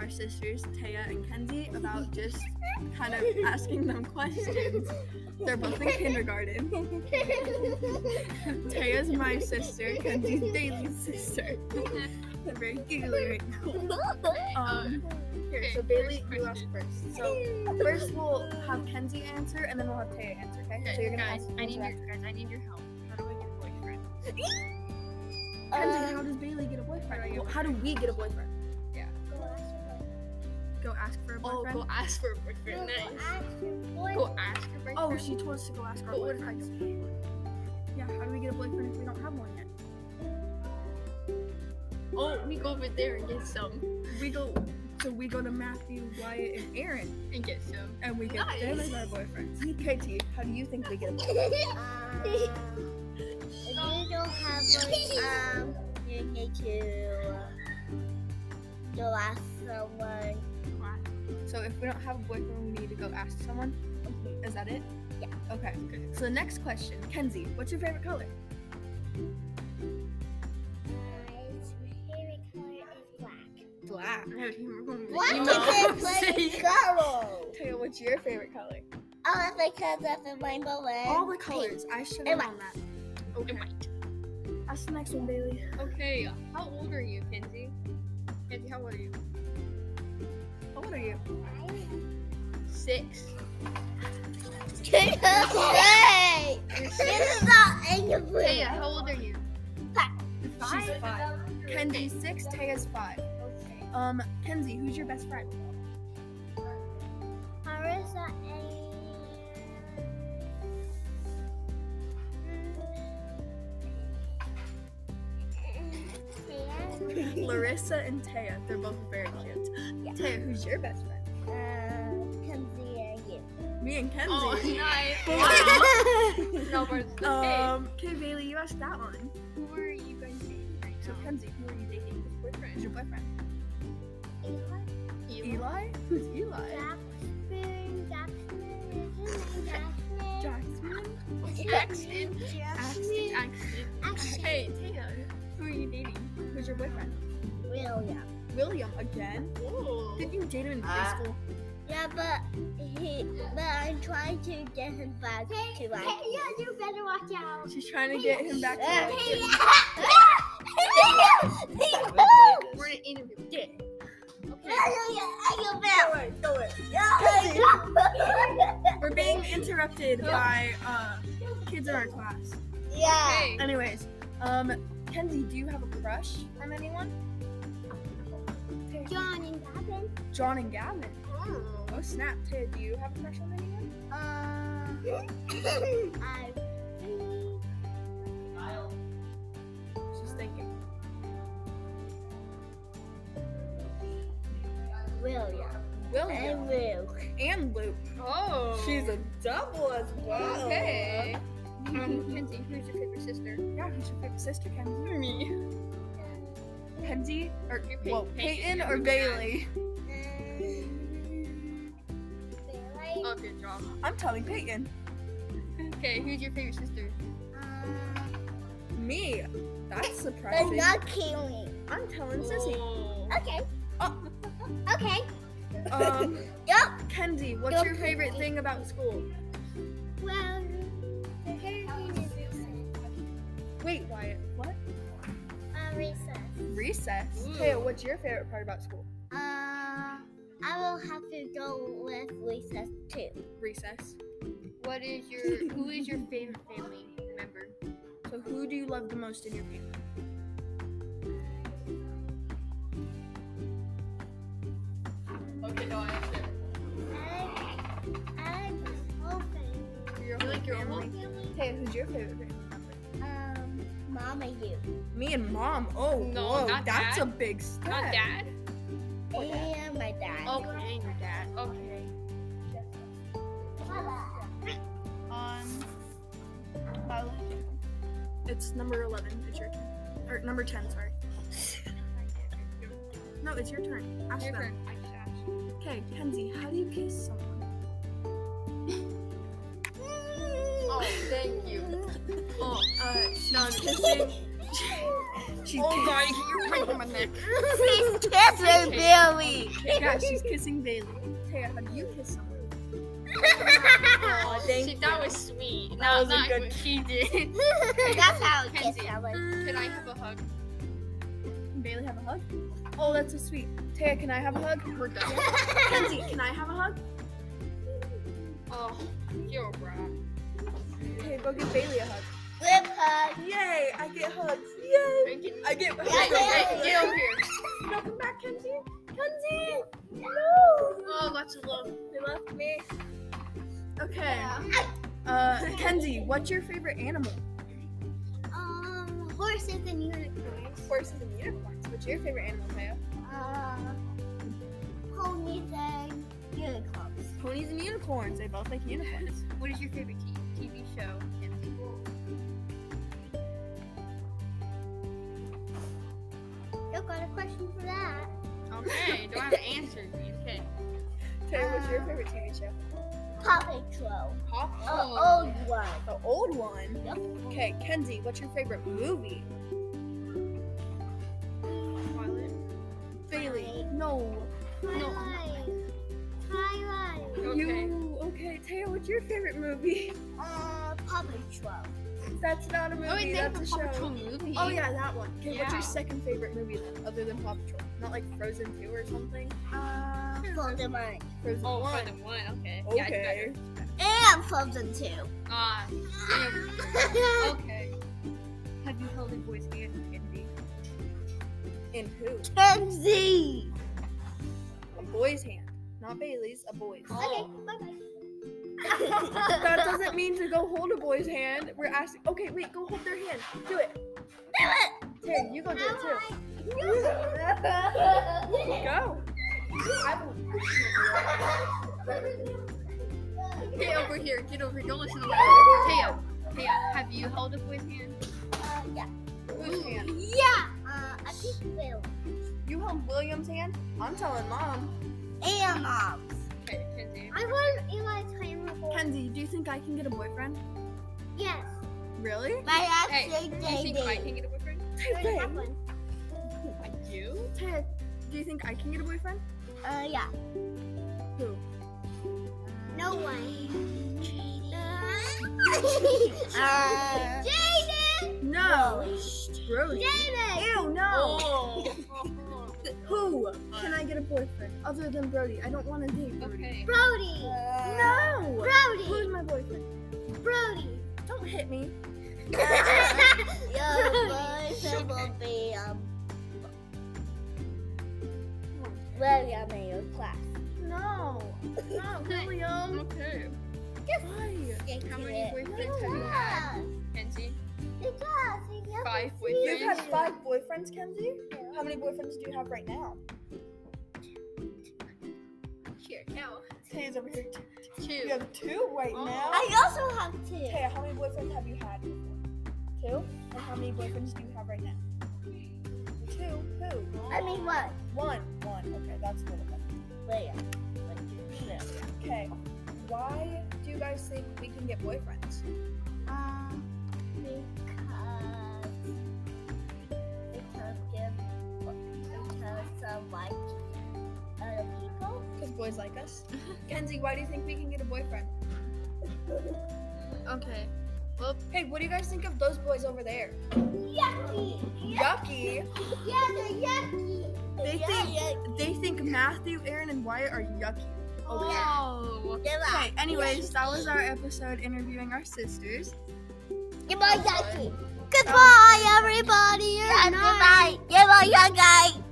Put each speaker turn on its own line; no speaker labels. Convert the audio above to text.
our sisters, Taya and Kenzie, about just kind of asking them questions. They're both in kindergarten. Taya's my sister, Kenzie's Daisy's sister. They're very giggly right now. Um, here, so Bailey, you ask first. So first we'll have Kenzie answer, and then we'll have Taya answer. Okay? so you're gonna
guys,
ask.
I need your
Kenzie,
guys, I need your help. How do I get a boyfriend?
how does Bailey get a boyfriend?
Well,
Uh, how do we get a boyfriend? Go ask for a
Oh,
boyfriend.
go ask for a boyfriend. Nice. Go ask your boyfriend.
Oh, she told us to go ask our
But what if I
boyfriends. Yeah, how do we get a boyfriend if we don't have one yet?
Oh, we go over there and get some.
We go, so we go to Matthew, Wyatt, and Aaron,
And get some.
and we get them
Nice.
as our boyfriends. KT, how do you think we get a boyfriend?
you don't have one, um, you need to go ask someone.
So if we don't have a boyfriend, we need to go ask someone. Is that it?
Yeah.
Okay. So the next question, Kenzie, what's your favorite color?
favorite color is black.
Black.
I don't even remember.
Black
You
is
know.
a pretty
See?
color.
Taylor, what's your favorite color?
Oh, because of the rainbow and
All the colors. I should have
And
known that. Okay. That's the next one, Bailey.
Okay, how old are you, Kenzie? Kenzie, how old are you?
How old are you?
Six.
pink. Hey, this is not angry.
Hey, how old are you?
She's five. Kenzie's six. Taya's five.
Okay.
Um, Kenzie, who's your best friend?
Marissa and
Larissa and Taya. They're both very cute.
Yeah.
Taya, who's your best friend?
Uh, Kenzie and you.
Me and Kenzie.
Oh, nice. Wow.
Wow.
no, but
um, okay, Bailey, you asked that one.
who are you guys dating right
So,
now?
Kenzie, who are you dating?
Who's
Who's
boyfriend?
your boyfriend?
Eli?
Eli? Who's Eli?
Jackson, Jackson, isn't it Jackson?
Jackson?
Jackson.
Jackson.
Axton.
Jackson.
Hey, Taya, who are you dating?
Who's your boyfriend?
William.
William again?
Oh.
Did you date him in
Ah.
high school?
Yeah, but he, but I'm trying to get him back to us.
you better watch out.
She's trying to get him back to
Hey,
life.
We're in an interview. Yeah.
We're being interrupted by uh, kids in our class.
Yeah.
Hey.
Anyways, um, Kenzie, do you have a crush on anyone?
John and Gavin.
John and Gavin. Oh snap! Taya, do you have a crush on anyone?
uh, I
She's thinking.
William and
William
Luke.
and Luke.
Oh.
She's a double as well.
Okay. Um, Kenzie, who's your favorite sister?
Yeah, who's your favorite sister, Kenzie?
Me.
Kenzie or
You're Pey-
well,
Peyton.
Peyton or Bailey?
Oh, good job.
I'm telling Peyton.
Okay, who's your favorite sister?
Me. That's
But
surprising.
not killing.
I'm telling Sissy.
Oh.
Okay. Okay.
Um,
Yup.
Kenzie, what's
Yup.
your favorite thing about school?
Well, the hurricane is recent.
Wait, Wyatt, what?
Uh, recent.
Recess.
Ooh.
Taya, what's your favorite part about school?
Uh, I will have to go with recess too.
Recess.
What is your who is your favorite family member?
So, who do you love the most in your family?
Okay, no, I have to.
I I'm hoping,
Your
You like your own
family? Taya, who's your favorite family member?
um, Mama, you
Me and mom. Oh,
No,
whoa,
not
that's
dad.
a big step.
Not dad.
and my dad.
Okay, and your dad. Okay. Um.
It's number 11. It's your turn. Or number 10, sorry. No, it's your turn. Ask
Your
them.
turn. I just asked.
Okay, Kenzie, how do you kiss someone?
Oh, thank you.
Oh, uh, she's kissing. She's
Oh
kissing-
my-
You're breaking my neck.
She's kissing Bailey.
Yeah, she's kissing Bailey. Taya, have you kissed someone?
Aw,
thank
she, that
you.
was sweet.
That
That
was a
not
good-
what she did.
That's how it gets.
Kenzie,
I like-
Can I have a hug?
Can Bailey have a hug? Oh, that's so sweet. Taya, can I have a hug? We're done. Kenzie, can I have a hug?
Oh, you're a brat.
Okay, go give Bailey a hug.
Lip hug.
Yay, I get hugs. Yay.
Thank you.
I get hugs.
Yeah, yeah,
Get over here.
No, come back, Kenzie. Kenzie.
Oh, lots of love.
They left me. Okay. Uh, Kenzie, what's your favorite animal?
Um, horses and unicorns.
Horses and unicorns. What's your favorite animal, Taya?
Uh, ponies and unicorns.
Ponies and unicorns. They both like unicorns.
What is your favorite t- TV show, Kenzie?
You got a question for that?
Okay, don't have to answer. me. Okay.
Taya, what's
Uh,
your favorite TV show?
Paw Patrol.
Pop.
Uh,
Oh,
The
Oh.
old one.
The old one.
Yep.
Okay, Kenzie, what's your favorite movie?
Twilight.
Bailey. No.
Twilight. Twilight.
Okay.
You. Okay, Taya, what's your favorite movie?
Uh, Paw Patrol.
That's not a movie.
Oh, wait,
that's
that's
a
the
show.
Paw Patrol movie.
Oh yeah, that one. Okay, what's
Yeah.
your second favorite movie then, other than Paw Patrol? Not like Frozen Two or something.
Uh,
Hmm.
Frozen One.
Frozen
Oh,
One.
Frozen one. Okay. Yeah, it's
Okay.
better.
And Frozen Two.
Ah. yeah. Okay. Have you held a boy's hand, Kenzie?
And who?
Kenzie.
A boy's hand, not Bailey's. A boy's.
Oh.
That doesn't mean to go hold a boy's hand. We're asking. Okay, wait. Go hold their hand. Do it. Do it. Here, you go do it too. Go. I will-
Get over here. Get over here. Don't listen to that. Taya. Taya, have you held a boy's hand?
Uh, yeah.
Whose hand?
Yeah. Uh, I think Bill.
You held William's hand. I'm telling mom.
And Mom's.
Okay, Kenzie.
I want Eli's time
Kenzie, do you think I can get a boyfriend?
Yes.
Really?
My last
Hey,
name
Do you think I
David.
can get a boyfriend?
I already have one.
I do.
Taya, do you think I can get a boyfriend?
Uh, yeah.
Who?
No one.
Uh,
Jaden!
No. Brody.
Jaden!
Ew, no.
Oh.
Who can I get a boyfriend other than Brody? I don't want to date Brody.
Okay.
Brody!
uh,
No. Who's
Brody!
my boyfriend?
Brody!
Don't hit me.
your voice will be um. William in your class.
No. Not
um,
William.
Okay.
Why?
How many boyfriends have you had,
Yeah.
Kenzie?
Because he doesn't
Five
see
boyfriends.
You've had
you.
five boyfriends, Kenzie. How many boyfriends do you have right now?
Here, now.
Taya's over here. You
Two.
have two right
Oh.
now.
I also have two.
Taya, how many boyfriends have you had? before? Two. And how many boyfriends do you have right now? Two. Who?
I mean, what?
One. One. Okay, that's good enough.
William. Like, no.
Okay. Why do you guys think we can get boyfriends?
Uh, because because give because of like other people.
Because boys like us. Kenzie, why do you think we can get a boyfriend?
Okay.
Hey, what do you guys think of those boys over there?
Yucky!
Yucky.
Yeah, they're yucky!
They
Yeah,
think
yeah,
they think Matthew, Aaron, and Wyatt are yucky.
Oh, yeah.
Oh.
give up.
Okay. Anyways, that was our episode interviewing our sisters.
Give up, Yucky. Goodbye, everybody. Good night. Give up, Yucky.